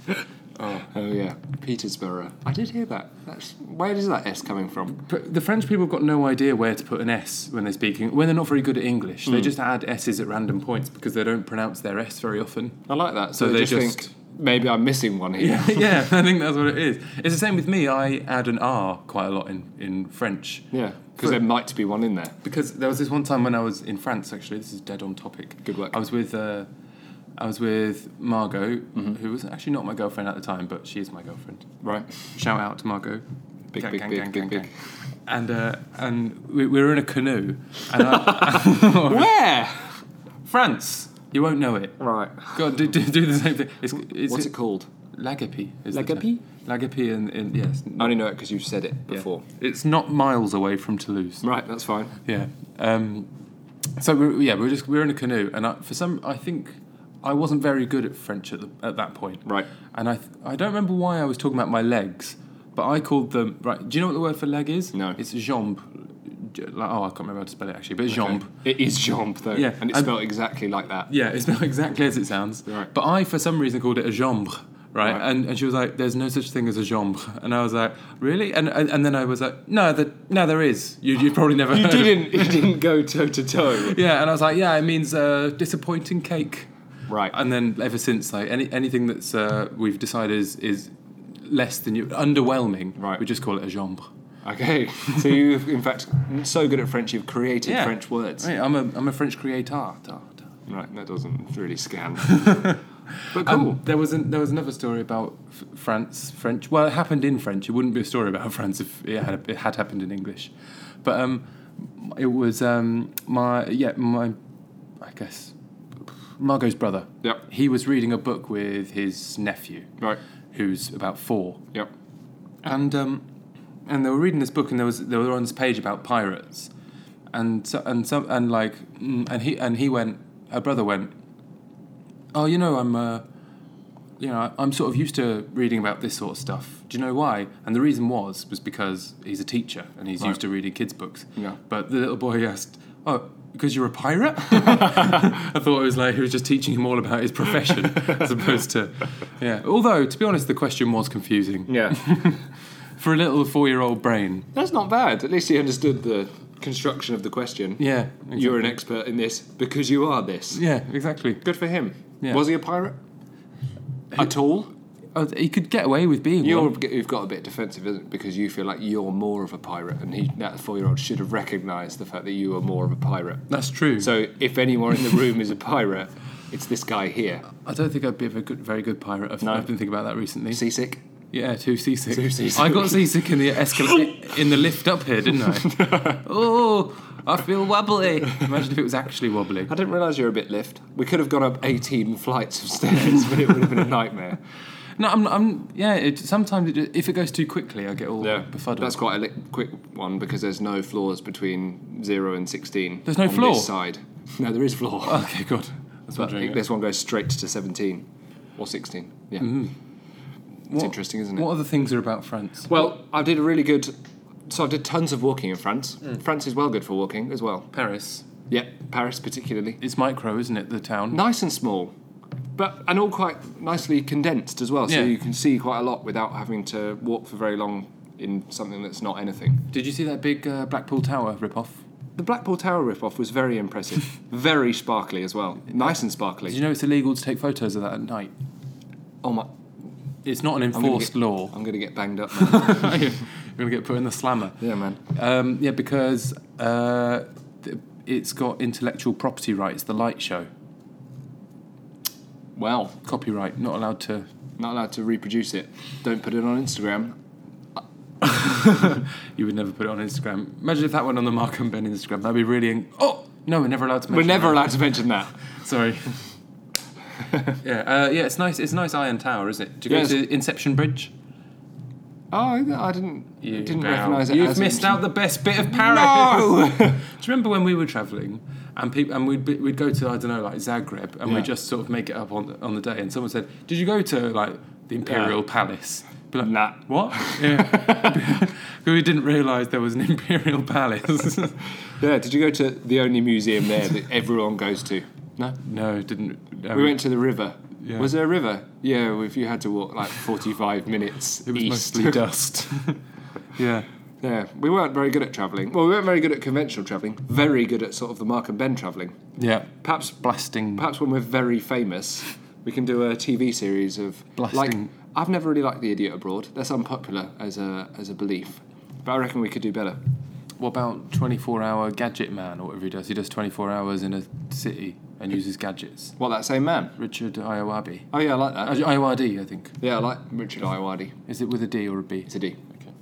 S2: Oh yeah, Petersburg. I did hear that. That's where is that S coming from?
S1: But the French people have got no idea where to put an S when they're speaking. When they're not very good at English,
S2: Hmm.
S1: they just add S's at random points because they don't pronounce their S very often.
S2: I like that. So,
S1: So
S2: they,
S1: they
S2: just,
S1: just-
S2: think maybe I'm missing one here.
S1: yeah, I think that's what it is. It's the same with me. I add an R quite a lot in, in French.
S2: Yeah, because there might be one in there.
S1: because there was this one time when I was in France. Actually, this is dead on topic.
S2: Good work.
S1: I was with, uh, I was with Margot,
S2: Mm-hmm.
S1: who was actually not my girlfriend at the time, but she is my girlfriend.
S2: Right.
S1: Shout out to Margot.
S2: Big, big, big, big, big.
S1: And uh, and we, we were in a canoe, and I,
S2: Where?
S1: France. You won't know it.
S2: Right.
S1: God, do, do, do the same thing. It's, it's,
S2: What's it called?
S1: Lagapi. Is the
S2: Lagapi?
S1: town. Lagapi, and in, yes,
S2: I only know it because you've said it
S1: yeah.
S2: before.
S1: It's not miles away from Toulouse.
S2: Right, that's fine.
S1: Yeah. Um, so we yeah we were just we were in a canoe, and I, for some I think I wasn't very good at French at, the, at that point.
S2: Right.
S1: And I th- I don't remember why I was talking about my legs, but I called them right. Do you know what the word for leg is?
S2: No.
S1: It's jambe. J- Like, oh, I can't remember how to spell it actually, but jambe.
S2: It is Jomp though.
S1: Yeah,
S2: And it's
S1: and-
S2: spelled exactly like that.
S1: Yeah, it's not exactly as it sounds.
S2: Right.
S1: But I, for some reason, called it a jambre, right?
S2: Right.
S1: And, and she was like, there's no such thing as a jambre. And I was like, really? And and, and then I was like, no, the, no there is. You, you've probably never
S2: You
S1: heard of it.
S2: didn't. You didn't go toe to toe.
S1: Yeah, and I was like, yeah, it means uh, disappointing cake.
S2: Right.
S1: And then ever since, like any anything that's uh, we've decided is is less than you underwhelming,
S2: Right.
S1: We just call it a jambe.
S2: Okay. So you, in fact, so good at French, you've created
S1: Yeah.
S2: French words.
S1: Right, I'm a I'm a French creator. da, da.
S2: Right, That doesn't really scan. but cool.
S1: Um, there was an, there was another story about f- France, French. Well, it happened in French. It wouldn't be a story about France if it had it had happened in English, but um, it was um my yeah my, I guess, Margot's brother.
S2: Yep.
S1: He was reading a book with his nephew,
S2: Right.
S1: who's about four,
S2: Yep.
S1: and um, and they were reading this book, and there was they were on this page about pirates, and so, and some and like mm, and he and he went, her brother went, oh, you know, I'm, uh, you know, I'm sort of used to reading about this sort of stuff. Do you know why? And the reason was was because he's a teacher and he's
S2: Right.
S1: used to reading kids' books.
S2: Yeah.
S1: But the little boy asked, oh. Because you're a pirate? I thought it was like he was just teaching him all about his profession as opposed to. Yeah. Although, to be honest, the question was confusing
S2: Yeah.
S1: for a little four-year-old brain.
S2: That's not bad. At least he understood the construction of the question.
S1: Yeah,
S2: You're an expert in this because you are this.
S1: yeah, exactly.
S2: Good for him.
S1: Yeah.
S2: Was he a pirate? At all?
S1: Oh, he could get away with being
S2: You're,
S1: one.
S2: you've got a bit defensive, isn't it? Because you feel like you're more of a pirate, and he, that four-year-old should have recognised the fact that you are more of a pirate.
S1: That's true.
S2: So, if anyone in the room is a pirate, it's this guy here.
S1: I don't think I'd be a very good, very good pirate. I've,
S2: No.
S1: I've been thinking about that recently.
S2: Seasick.
S1: yeah, too seasick.
S2: Too seasick.
S1: I got seasick in the escalator in the lift up here, didn't I? oh, I feel wobbly. Imagine if it was actually wobbly.
S2: I didn't realise you were a bit lift. We could have gone up 18 flights of stairs, but it would have been a nightmare.
S1: No, I'm. I'm yeah. It, sometimes it, ju- if it goes too quickly, I get all befuddled.
S2: That's quite a li- quick one because there's no floors between 0 and 16.
S1: There's no
S2: on
S1: floor?
S2: This side. No, there is floor.
S1: okay. Good. That's
S2: But
S1: what I'm
S2: this one goes straight to 17 or 16. Yeah. It's interesting, isn't it?
S1: Mm-hmm. What other things are about France?
S2: Well, I did a really good. So I did tons of walking in France.
S1: Mm.
S2: France is well good for walking as well.
S1: Paris.
S2: Yeah, Paris particularly.
S1: It's micro, isn't it? The town.
S2: Nice and small, but and all quite nicely condensed as well. So
S1: Yeah.
S2: you can see quite a lot without having to walk for very long in something that's not anything.
S1: Did you see that big uh, Blackpool Tower ripoff?
S2: The Blackpool Tower ripoff was very impressive, very sparkly as well. Nice and
S1: Did
S2: sparkly.
S1: you know it's illegal to take photos of that at night?
S2: Oh my!
S1: It's not an
S2: I'm gonna
S1: enforced
S2: get-
S1: law.
S2: I'm gonna get banged up. Man.
S1: You're going to get put in the slammer.
S2: yeah, man.
S1: Um, yeah, because uh, th- it's got intellectual property rights, the light show.
S2: Well,
S1: Copyright, not allowed to.
S2: not allowed to reproduce it. Don't put it on Instagram.
S1: You would never put it on Instagram. Imagine if that went on the Mark and Ben Instagram. That'd be really. In- oh! No, we're never allowed to
S2: We're
S1: mention
S2: never
S1: that.
S2: allowed to mention that.
S1: Sorry. yeah, uh, yeah, it's nice. It's a nice iron tower, isn't it? Do you
S2: Yes.
S1: go to Inception Bridge?
S2: Oh, I, I didn't.
S1: You
S2: didn't
S1: now-
S2: recognise it.
S1: You've
S2: as
S1: missed
S2: an-
S1: out the best bit of Paris.
S2: No!
S1: Do you remember when we were travelling and people and we'd be, we'd go to I don't know like Zagreb and
S2: Yeah.
S1: we just sort of make it up on on the day and someone said, "Did you go to like the Imperial Palace?" Be like,
S2: Nah.
S1: What? Yeah. we didn't realise there was an Imperial Palace.
S2: Yeah. Did you go to the only museum there that everyone goes to? No.
S1: no, didn't. um, no,
S2: We went to the river.
S1: Yeah.
S2: Was there a river? Yeah. If you had to walk like forty-five minutes
S1: It was
S2: east.
S1: mostly dust. yeah.
S2: yeah. We weren't very good at travelling. Well, we weren't very good at conventional travelling. Very good at sort of the Mark and Ben travelling.
S1: Yeah.
S2: Perhaps
S1: Blasting.
S2: perhaps when we're very famous, we can do a TV series of like.
S1: Blasting.
S2: I've never really liked The Idiot Abroad. That's unpopular as a as a belief, but I reckon we could do better.
S1: What about 24 hour gadget man or whatever he does? He does 24 hours in a city and uses gadgets.
S2: What that same man?
S1: Richard Iowabi.
S2: Oh yeah, I like
S1: Uh,
S2: that.
S1: Iowardi, I think.
S2: Yeah, I like Richard Iowadi.
S1: Is it with a D or a B?
S2: It's a D.
S1: Okay.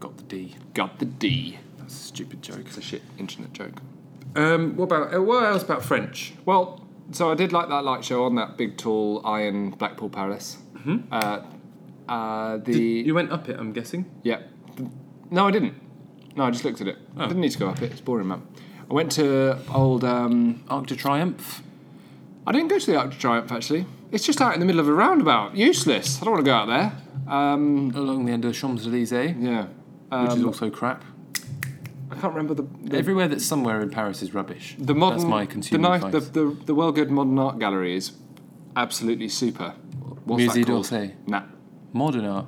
S1: Got the D.
S2: Got the D.
S1: That's a stupid joke.
S2: It's a shit internet joke.
S1: Um, what about uh, what else about French?
S2: Well, so I did like that light show on that big tall iron Blackpool Palace. Mm-hmm. Uh, uh, the
S1: You went up it, I'm guessing.
S2: Yeah. No, I didn't. No, I just looked at it. I didn't need to go up it. It's boring, man. I went to old. Um,
S1: Arc de Triomphe.
S2: I didn't go to the Arc de Triomphe actually. It's just out in the middle of a roundabout. Useless. I don't want to go out there. Um,
S1: Along the end of Champs Elysees,
S2: yeah.
S1: which is
S2: Um,
S1: also crap.
S2: I can't remember the the,
S1: Everywhere that's somewhere in Paris is rubbish.
S2: the modern.
S1: That's my consumer
S2: the,
S1: advice.
S2: The, the, the well good modern art gallery is absolutely super. What's
S1: Musée
S2: that called?
S1: d'Orsay.
S2: Nah.
S1: Modern art.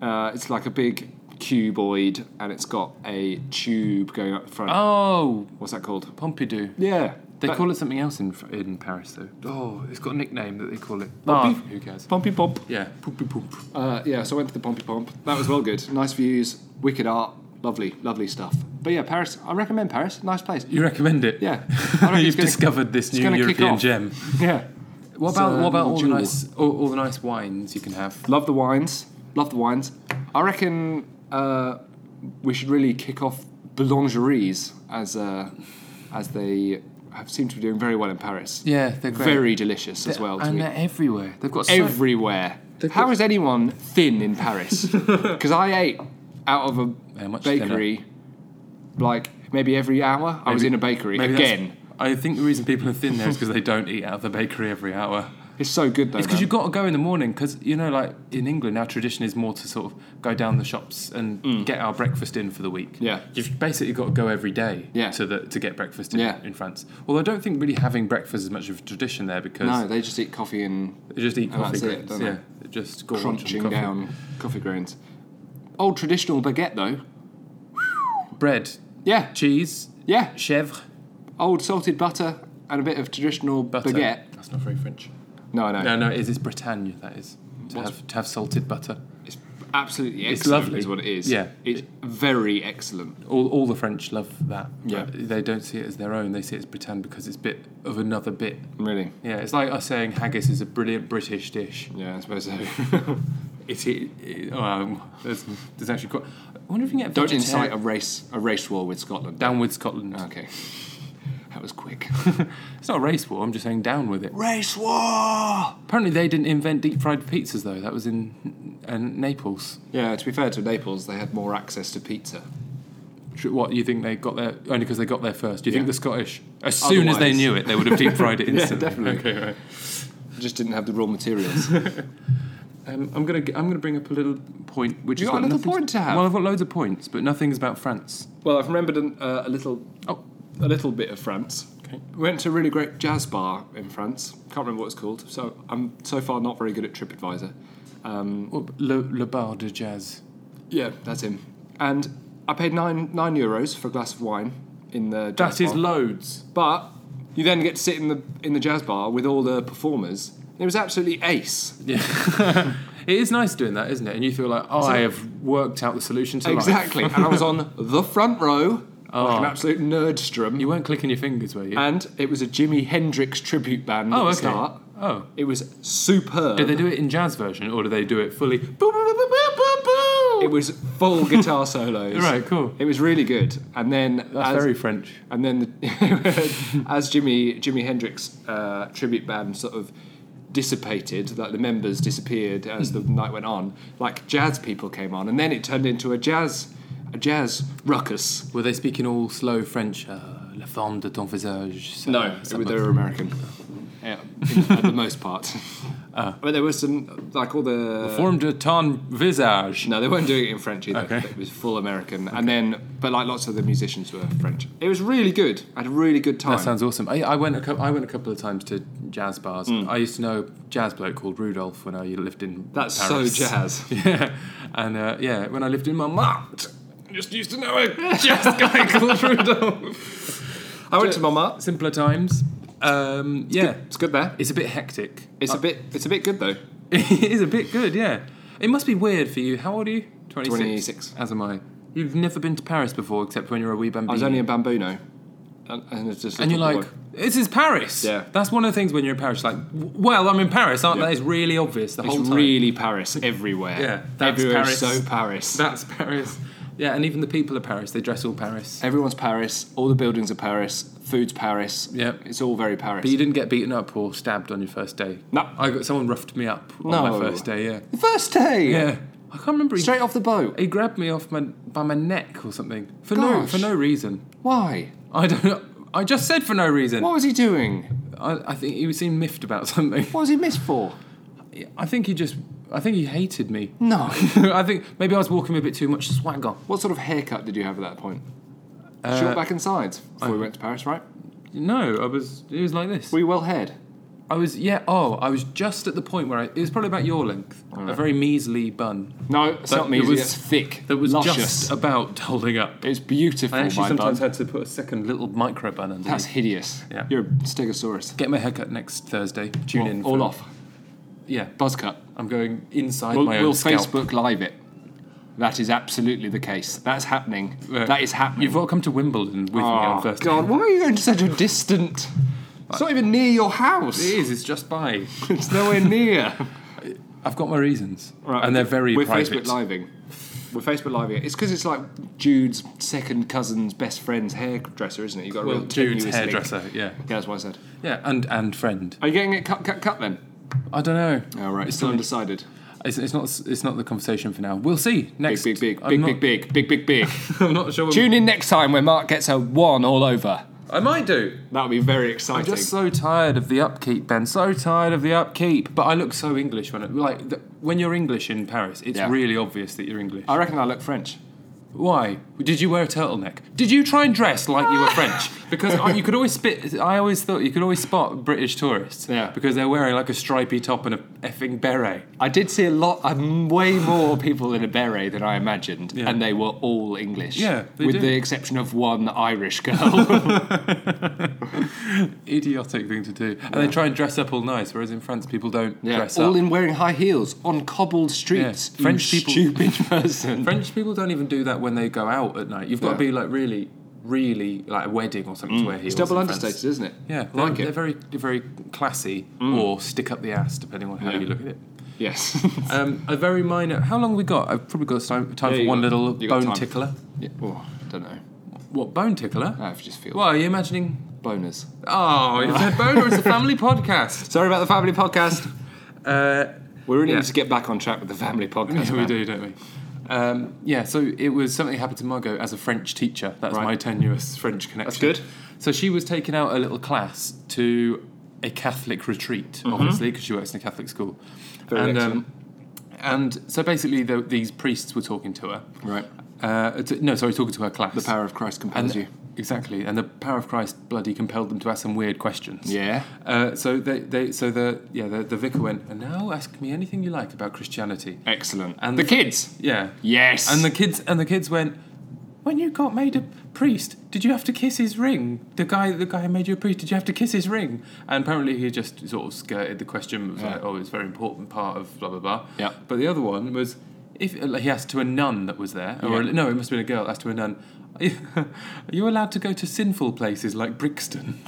S2: Uh, it's like a big cuboid, and it's got a tube going up the front.
S1: Oh,
S2: What's that called?
S1: Pompidou.
S2: Yeah.
S1: They
S2: that-
S1: call it something else in in Paris though. Oh, it's got a nickname that they call it.
S2: Pompey?
S1: Ah, who cares?
S2: Pompey Pomp.
S1: Yeah. Poop, poop, poop.
S2: Uh, yeah, so I went to the Pompey Pomp. That was well good. Nice views, wicked art, lovely, lovely stuff. But yeah, Paris. I recommend Paris. Nice place.
S1: You recommend it?
S2: Yeah,
S1: You've discovered this
S2: it's
S1: new
S2: gonna kick
S1: European
S2: off.
S1: gem.
S2: Yeah,
S1: What
S2: It's
S1: about
S2: a
S1: what about
S2: little
S1: all the
S2: jewel.
S1: nice all, all the nice wines you can have?
S2: love the wines. Love the wines. I reckon uh, we should really kick off boulangeries as uh, as they have seem to be doing very well in Paris.
S1: Yeah, they're great.
S2: Very delicious as
S1: They're-
S2: well. To
S1: and
S2: me.
S1: they're everywhere. They've got so,
S2: Everywhere.
S1: They've
S2: How
S1: got-
S2: is anyone thin in Paris? Because I ate out of a
S1: They're much
S2: bakery, like maybe every hour. I was
S1: Maybe-
S2: in a bakery
S1: maybe that's-
S2: again.
S1: I think the reason people are thin there is because they don't eat out of the bakery every hour.
S2: It's so good though.
S1: It's because you've got to go in the morning. Because you know, like in England, our tradition is more to sort of go down the shops and get our breakfast in for the week.
S2: Mm. Yeah.
S1: you've basically got to go every day.
S2: Yeah.
S1: to the, to get breakfast in,
S2: Yeah.
S1: in France. Although I don't think really having breakfast is much of a tradition there because
S2: no, they just eat coffee and
S1: they just eat
S2: And
S1: coffee.
S2: that's it,
S1: grains.
S2: don't
S1: yeah, just gorge on
S2: crunching
S1: coffee.
S2: down coffee grains. Old traditional baguette though.
S1: bread,
S2: Yeah,
S1: cheese,
S2: yeah.
S1: chèvre,
S2: Old salted butter and a bit of traditional
S1: butter.
S2: baguette.
S1: That's not very French.
S2: No, I know.
S1: No, no, it is. It's Bretagne. That is to have to have salted butter.
S2: It's absolutely excellent.
S1: It's lovely.
S2: Is what it is.
S1: Yeah.
S2: it's very excellent.
S1: all, all the French love that.
S2: Yeah.
S1: But they don't see it as their own. They see it as Britain because it's bit of another bit.
S2: Really.
S1: Yeah, it's like us saying haggis is a brilliant British dish.
S2: Yeah, I suppose so.
S1: It's it. it um, there's, there's actually quite. I wonder if you can get
S2: Don't
S1: vegetarian-
S2: incite a Ah. race a race war with Scotland.
S1: down with Scotland.
S2: Okay, that was quick.
S1: It's not a race war. I'm just saying down with it.
S2: race war.
S1: Apparently they didn't invent deep fried pizzas though. That was in uh, Naples.
S2: Yeah, to be fair to Naples, they had more access to pizza.
S1: Sh- What you think they got there only because they got there first? Do you
S2: Yeah.
S1: think the Scottish, as soon as they
S2: Otherwise.
S1: knew it, they would have deep fried it instantly?
S2: definitely.
S1: Okay, right.
S2: Just didn't have the raw materials.
S1: Um, I'm gonna g- I'm gonna bring up a little point which
S2: You
S1: has
S2: got another
S1: nothing
S2: point to have?
S1: Well, I've got loads of points, but nothing's about France.
S2: well, I've remembered an, uh, a little, oh, a little bit of France.
S1: Okay.
S2: Went to a really great jazz bar in France. Can't remember what it's called. So I'm so far not very good at TripAdvisor. Um,
S1: Well, Le, Le Bar de Jazz.
S2: yeah, that's him. And I paid nine nine euros for a glass of wine in the. Jazz
S1: That is
S2: bar.
S1: loads.
S2: But you then get to sit in the in the jazz bar with all the performers. It was absolutely ace.
S1: Yeah. it is nice doing that, isn't it? And you feel like, oh,
S2: So-
S1: I have worked out the solution to life.
S2: Exactly. and I was on the front row, like
S1: Oh.
S2: an absolute nerdstrom.
S1: You weren't clicking your fingers, were you?
S2: And it was a Jimi Hendrix tribute band at
S1: oh,
S2: the
S1: okay.
S2: start.
S1: Oh.
S2: It was superb.
S1: Did they do it in jazz version, or do they do it fully? Boop,
S2: it was full guitar solos.
S1: Right, cool.
S2: It was really good. And then
S1: That's
S2: as,
S1: very French.
S2: and then the, as Jimmy Jimi Hendrix uh, tribute band sort of dissipated, like the members disappeared as the night went on. Like jazz people came on, and then it turned into a jazz, a jazz ruckus.
S1: Were they speaking all slow French? Uh, La forme de ton visage. so-
S2: No,
S1: so-
S2: they were American, yeah, at the most part.
S1: Uh.
S2: but there was some like all the
S1: Forme de ton visage.
S2: No, they weren't doing it in French either.
S1: Okay.
S2: It was full American, and then but like lots of the musicians were French. It was really good. I had a really good time.
S1: That sounds awesome. I, I went a cou- I went a couple of times to jazz bars.
S2: Mm.
S1: I used to know a jazz bloke called Rudolph when I lived in
S2: That's
S1: Paris.
S2: so jazz.
S1: Yeah, and uh, yeah, when I lived in Montmartre,
S2: Just used to know a jazz guy called Rudolph. I went to Montmartre.
S1: simpler times. Um, yeah,
S2: It's good there.
S1: it's a bit hectic.
S2: It's a bit. It's a bit good though.
S1: it is a bit good. Yeah, it must be weird for you. How old are you? 26.
S2: 26.
S1: As am I. You've never been to Paris before, except when you're a wee bambino.
S2: I was only in Bambuno, and, and it's just
S1: Mm.
S2: a
S1: and you're
S2: little
S1: like,
S2: boy.
S1: this is Paris.
S2: Yeah.
S1: That's one of the things when you're in Paris. Like, "W- well, I'm in Paris, aren't
S2: Yeah.
S1: they? It's really obvious the whole
S2: it's
S1: time.
S2: really Paris everywhere.
S1: Yeah, that's
S2: everywhere
S1: Paris.
S2: is so Paris.
S1: That's Paris. Yeah, and even the people of Paris, they dress all Paris.
S2: Everyone's Paris. All the buildings are Paris. Food's Paris.
S1: Yeah.
S2: it's all very Paris.
S1: But you didn't get beaten up or stabbed on your first day.
S2: No.
S1: I got someone roughed me up on my
S2: No.
S1: first day. Yeah.
S2: The first day.
S1: Yeah. I can't remember. He,
S2: Straight off the boat.
S1: he grabbed me off my by my neck or something for no
S2: Gosh.
S1: for no reason.
S2: Why?
S1: I don't. know. I just said for no reason.
S2: What was he doing?
S1: I, I think he was seemed miffed about something.
S2: What was he missed for?
S1: I think he just. I think he hated me.
S2: No.
S1: I think maybe I was walking with a bit too much swagger.
S2: what sort of haircut did you have at that point? Short back and sides before we went to Paris, right?
S1: Uh, No, I was. It was like this.
S2: Were you well haired?
S1: I was. Yeah. Oh, I was just at the point where I, it was probably about your length. A very measly bun
S2: No, it's
S1: That-
S2: not me.
S1: it
S2: It
S1: was-
S2: was thick.
S1: that was
S2: luscious.
S1: just about holding up. Oh,
S2: it's beautiful.
S1: I actually
S2: my bun.
S1: sometimes had to put a second little micro bun underneath.
S2: That's hideous.
S1: Yeah.
S2: You're a stegosaurus.
S1: Get my haircut next Thursday. Tune
S2: All-
S1: in.
S2: all
S1: for-
S2: off.
S1: Yeah,
S2: Buzz cut.
S1: I'm going inside
S2: We'll,
S1: my own
S2: we'll
S1: scalp.
S2: Facebook live it. That is absolutely the case. That's happening.
S1: Yeah.
S2: That is happening.
S1: Uh, You've all come to Wimbledon with me on
S2: oh,
S1: Thursday.
S2: God, why are you going to such a distant? It's not even near your house.
S1: It is. It's just by.
S2: It's nowhere near.
S1: I've got my reasons, and they're very
S2: We're
S1: private.
S2: Facebook living. We're Facebook living. It's because it's like Jude's second cousin's best friend's hairdresser, isn't it? You got a
S1: Well,
S2: real
S1: Jude's
S2: tenuous link.
S1: hairdresser. Yeah,
S2: Yeah, that's what I said.
S1: yeah, and and friend.
S2: Are you getting it cut, cut, cut then?
S1: I don't know.
S2: All right, it's still undecided.
S1: It's, it's not. It's not the conversation for now. We'll see next.
S2: Big, big, big,
S1: I'm
S2: big,
S1: not,
S2: big, big, big, big, big.
S1: I'm not sure.
S2: Tune in next time when Mark gets a one all over.
S1: I might do.
S2: That'll be very exciting.
S1: I'm just so tired of the upkeep, Ben. So tired of the upkeep. But I look so English when it, like the, when you're English in Paris. It's
S2: Yeah.
S1: really obvious that you're English.
S2: I reckon I look French.
S1: Why did you wear a turtleneck? Did you try and dress like you were French? Because I, you could always spit. I always thought you could always spot British tourists.
S2: Yeah.
S1: Because they're wearing like a stripy top and a effing beret.
S2: I did see a lot, um, way more people in a beret than I imagined,
S1: Yeah.
S2: and they were all English.
S1: Yeah, they
S2: with
S1: do.
S2: the exception of one Irish girl.
S1: Idiotic thing to do. And they try and dress up all nice, whereas in France people don't
S2: yeah,
S1: dress
S2: all
S1: up.
S2: in wearing high heels on cobbled streets.
S1: Yeah, French
S2: you
S1: people-
S2: stupid person.
S1: French people don't even do that when they go out at night. You've got
S2: Yeah. Mm.
S1: to be like really, really like a wedding or something to wear heels.
S2: It's double
S1: in France.
S2: understated, isn't it?
S1: Yeah,
S2: I
S1: they're,
S2: like
S1: they're
S2: it. Mm.
S1: very, they're very classy or stick up the ass, depending on how
S2: Yeah.
S1: you look at it.
S2: Yes.
S1: Um, a very minor. How long have we got? I've probably got time, time
S2: Yeah,
S1: for
S2: you
S1: one
S2: got-
S1: little
S2: you got
S1: bone
S2: time.
S1: tickler.
S2: yeah. Oh, I don't know.
S1: What bone tickler?
S2: I just feel
S1: What are you imagining?
S2: boners.
S1: Oh, it's a boner. It's a family podcast.
S2: Sorry about the family podcast.
S1: Uh,
S2: We really
S1: Yeah.
S2: need to get back on track with the family podcast.
S1: yeah, we
S2: man.
S1: do, don't we? Um, yeah, so it was something that happened to Margot as a French teacher. That's
S2: Right.
S1: my tenuous French connection.
S2: good.
S1: So she was taking out a little class to a Catholic retreat, obviously, because she works in a Catholic school.
S2: Mm-hmm. Very
S1: and, um, and so basically, the, these priests were talking to her.
S2: Right.
S1: Uh, to, no, sorry, talking to her class.
S2: The power of Christ compels
S1: and,
S2: you.
S1: Exactly, and the power of Christ bloody compelled them to ask some weird questions.
S2: Yeah.
S1: Uh, so they, they, so the yeah, the, the vicar went, and now ask me anything you like about Christianity.
S2: Excellent.
S1: And
S2: the
S1: the-
S2: kids.
S1: Yeah.
S2: Yes.
S1: And the kids and the kids went, when you got made a priest, did you have to kiss his ring? The guy, the guy who made you a priest, did you have to kiss his ring? And apparently he just sort of skirted the question. It was like,
S2: Yeah.
S1: oh, it's a very important part of blah blah blah.
S2: Yeah.
S1: But the other one was, if like, he asked to a nun that was there, or
S2: Yeah.
S1: no, it must have been a girl asked to a nun. Are you allowed to go to sinful places like Brixton?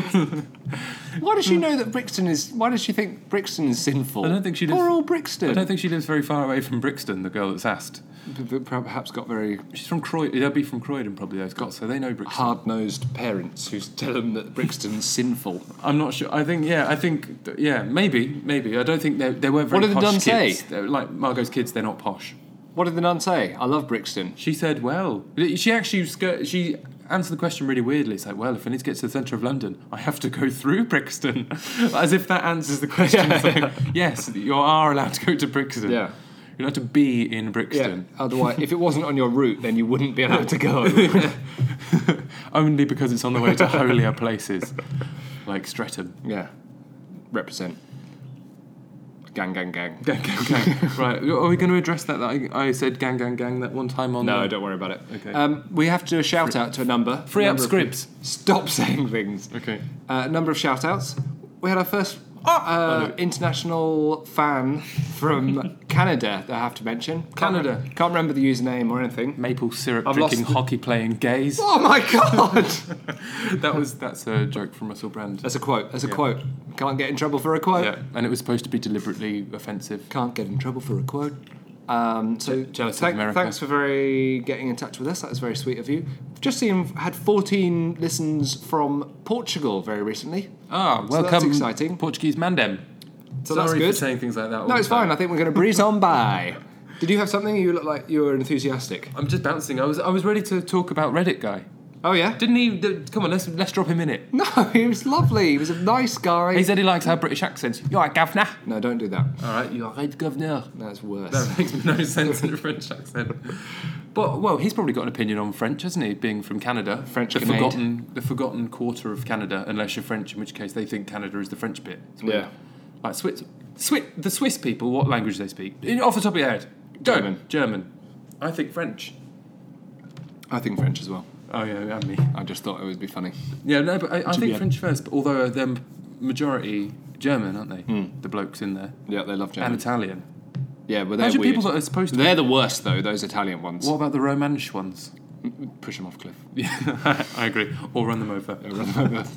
S2: Why does she know that Brixton is? Why does she think Brixton is sinful?
S1: Hmm. I don't think she
S2: Poor
S1: lives-
S2: old Brixton.
S1: I don't think she lives very far away from Brixton, the girl that's asked.
S2: P- p- perhaps got very
S1: She's from Croydon. They'll be from Croydon, probably, those Scots, so they know Brixton.
S2: hard-nosed parents who tell them that Brixton's sinful.
S1: I'm not sure. I think, yeah, I think, th- yeah, maybe, maybe. I don't think they, they weren't very
S2: What did the
S1: posh
S2: nun say?
S1: kids. They're Like Margot's kids, they're not posh.
S2: What did the nun say? I love Brixton.
S1: She said, well, she actually skir- she answered the question really weirdly. It's like, well, if I need to get to the centre of London, I have to go through Brixton, as if that answers the question. It's like, yes, you are allowed to go to Brixton.
S2: Yeah.
S1: you're allowed to be in Brixton
S2: Otherwise, if it wasn't on your route, then you wouldn't be allowed to go.
S1: only because it's on the way to holier places like Streatham.
S2: yeah. Represent. Gang, gang, gang.
S1: Gang, gang, gang. right, are we going to address that? that I, I said gang, gang, gang that one time on.
S2: No,
S1: the-
S2: don't worry about it.
S1: Okay.
S2: Um, we have to do a shout out to a number.
S1: Free up
S2: Number of
S1: scripts.
S2: people- Stop saying things.
S1: Okay.
S2: Uh, number of shout outs. We had our first uh, international fan from Canada that I have to mention. Can't
S1: Canada.
S2: rem- can't remember the username or anything.
S1: Maple syrup
S2: I've
S1: drinking,
S2: lost the-
S1: hockey playing gays.
S2: Oh my god!
S1: That was that's a joke from Russell Brand.
S2: That's a quote. That's a quote. Can't get in trouble for a quote.
S1: Yeah, and it was supposed to be deliberately offensive.
S2: Can't get in trouble for a quote. Um, so
S1: jealous of
S2: thank-
S1: America.
S2: thanks for very getting in touch with us. That was very sweet of you. Just seen had 14 listens from Portugal very recently.
S1: Ah,
S2: So
S1: welcome.
S2: that's exciting.
S1: Portuguese mandem.
S2: So
S1: Sorry
S2: that's
S1: for
S2: good.
S1: saying things like that. all
S2: No,
S1: the
S2: it's
S1: time.
S2: fine. I think we're going to breeze on by. Did you have something? You look like you were enthusiastic.
S1: I'm just bouncing. I was I was ready to talk about Reddit guy.
S2: Oh yeah.
S1: Didn't he? th- Come on, let's let's drop him in it.
S2: No, he was lovely. He was a nice guy.
S1: He said he likes our British accents. You're right, governor.
S2: no, don't do that.
S1: All right, you're right, governor.
S2: That's worse.
S1: That makes no sense in a French accent. But well, he's probably got an opinion on French, hasn't he? Being from Canada,
S2: French
S1: the
S2: grenade.
S1: forgotten, the forgotten quarter of Canada, unless you're French, in which case they think Canada is the French bit. It's weird.
S2: Yeah.
S1: like Swiss, Swiss, the Swiss people. What language do they speak? In- Off the top of your head, Go.
S2: German.
S1: German. I think French.
S2: I think French as well.
S1: Oh yeah, yeah, me.
S2: I just thought it would be funny.
S1: Yeah, no, but I, I
S2: To
S1: think
S2: be-
S1: French first. But although they're majority German, aren't they? The blokes in there
S2: Yeah, they love
S1: and
S2: Hmm. German.
S1: Italian.
S2: yeah, but they're
S1: Imagine
S2: weird.
S1: people that are supposed to.
S2: They're the worst though. Those Italian ones.
S1: What about the Romansh ones?
S2: Push them off cliff.
S1: Yeah, I agree. Or run them over.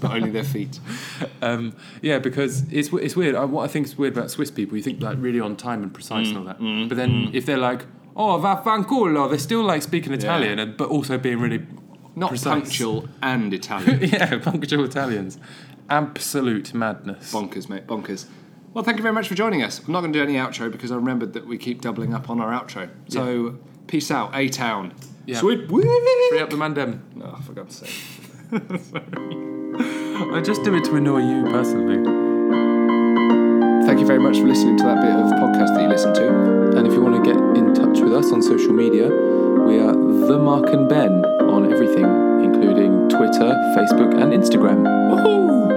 S2: but only their feet.
S1: Um, yeah, because it's w- it's weird. I, what I think is weird about Swiss people, you think like really on time and precise and all that. but then if they're like, oh, vaffanculo, they're still like speaking Italian, and, but also being really
S2: Not
S1: precise.
S2: punctual and Italian.
S1: yeah, punctual Italians. Absolute madness.
S2: Bonkers, mate. Bonkers. Well, thank you very much for joining us. I'm not going to do any outro because I remembered that we keep doubling up on our outro. So peace out, A Town.
S1: Yeah.
S2: Sweet. Free
S1: Free up the mandem.
S2: Oh, for God's sake.
S1: I just do it to annoy you personally.
S2: Thank you very much for listening to that bit of podcast that you listened to.
S1: And if you want to get in touch with us on social media, we are the Mark and Ben on everything, including Twitter, Facebook, and Instagram.
S2: Woohoo!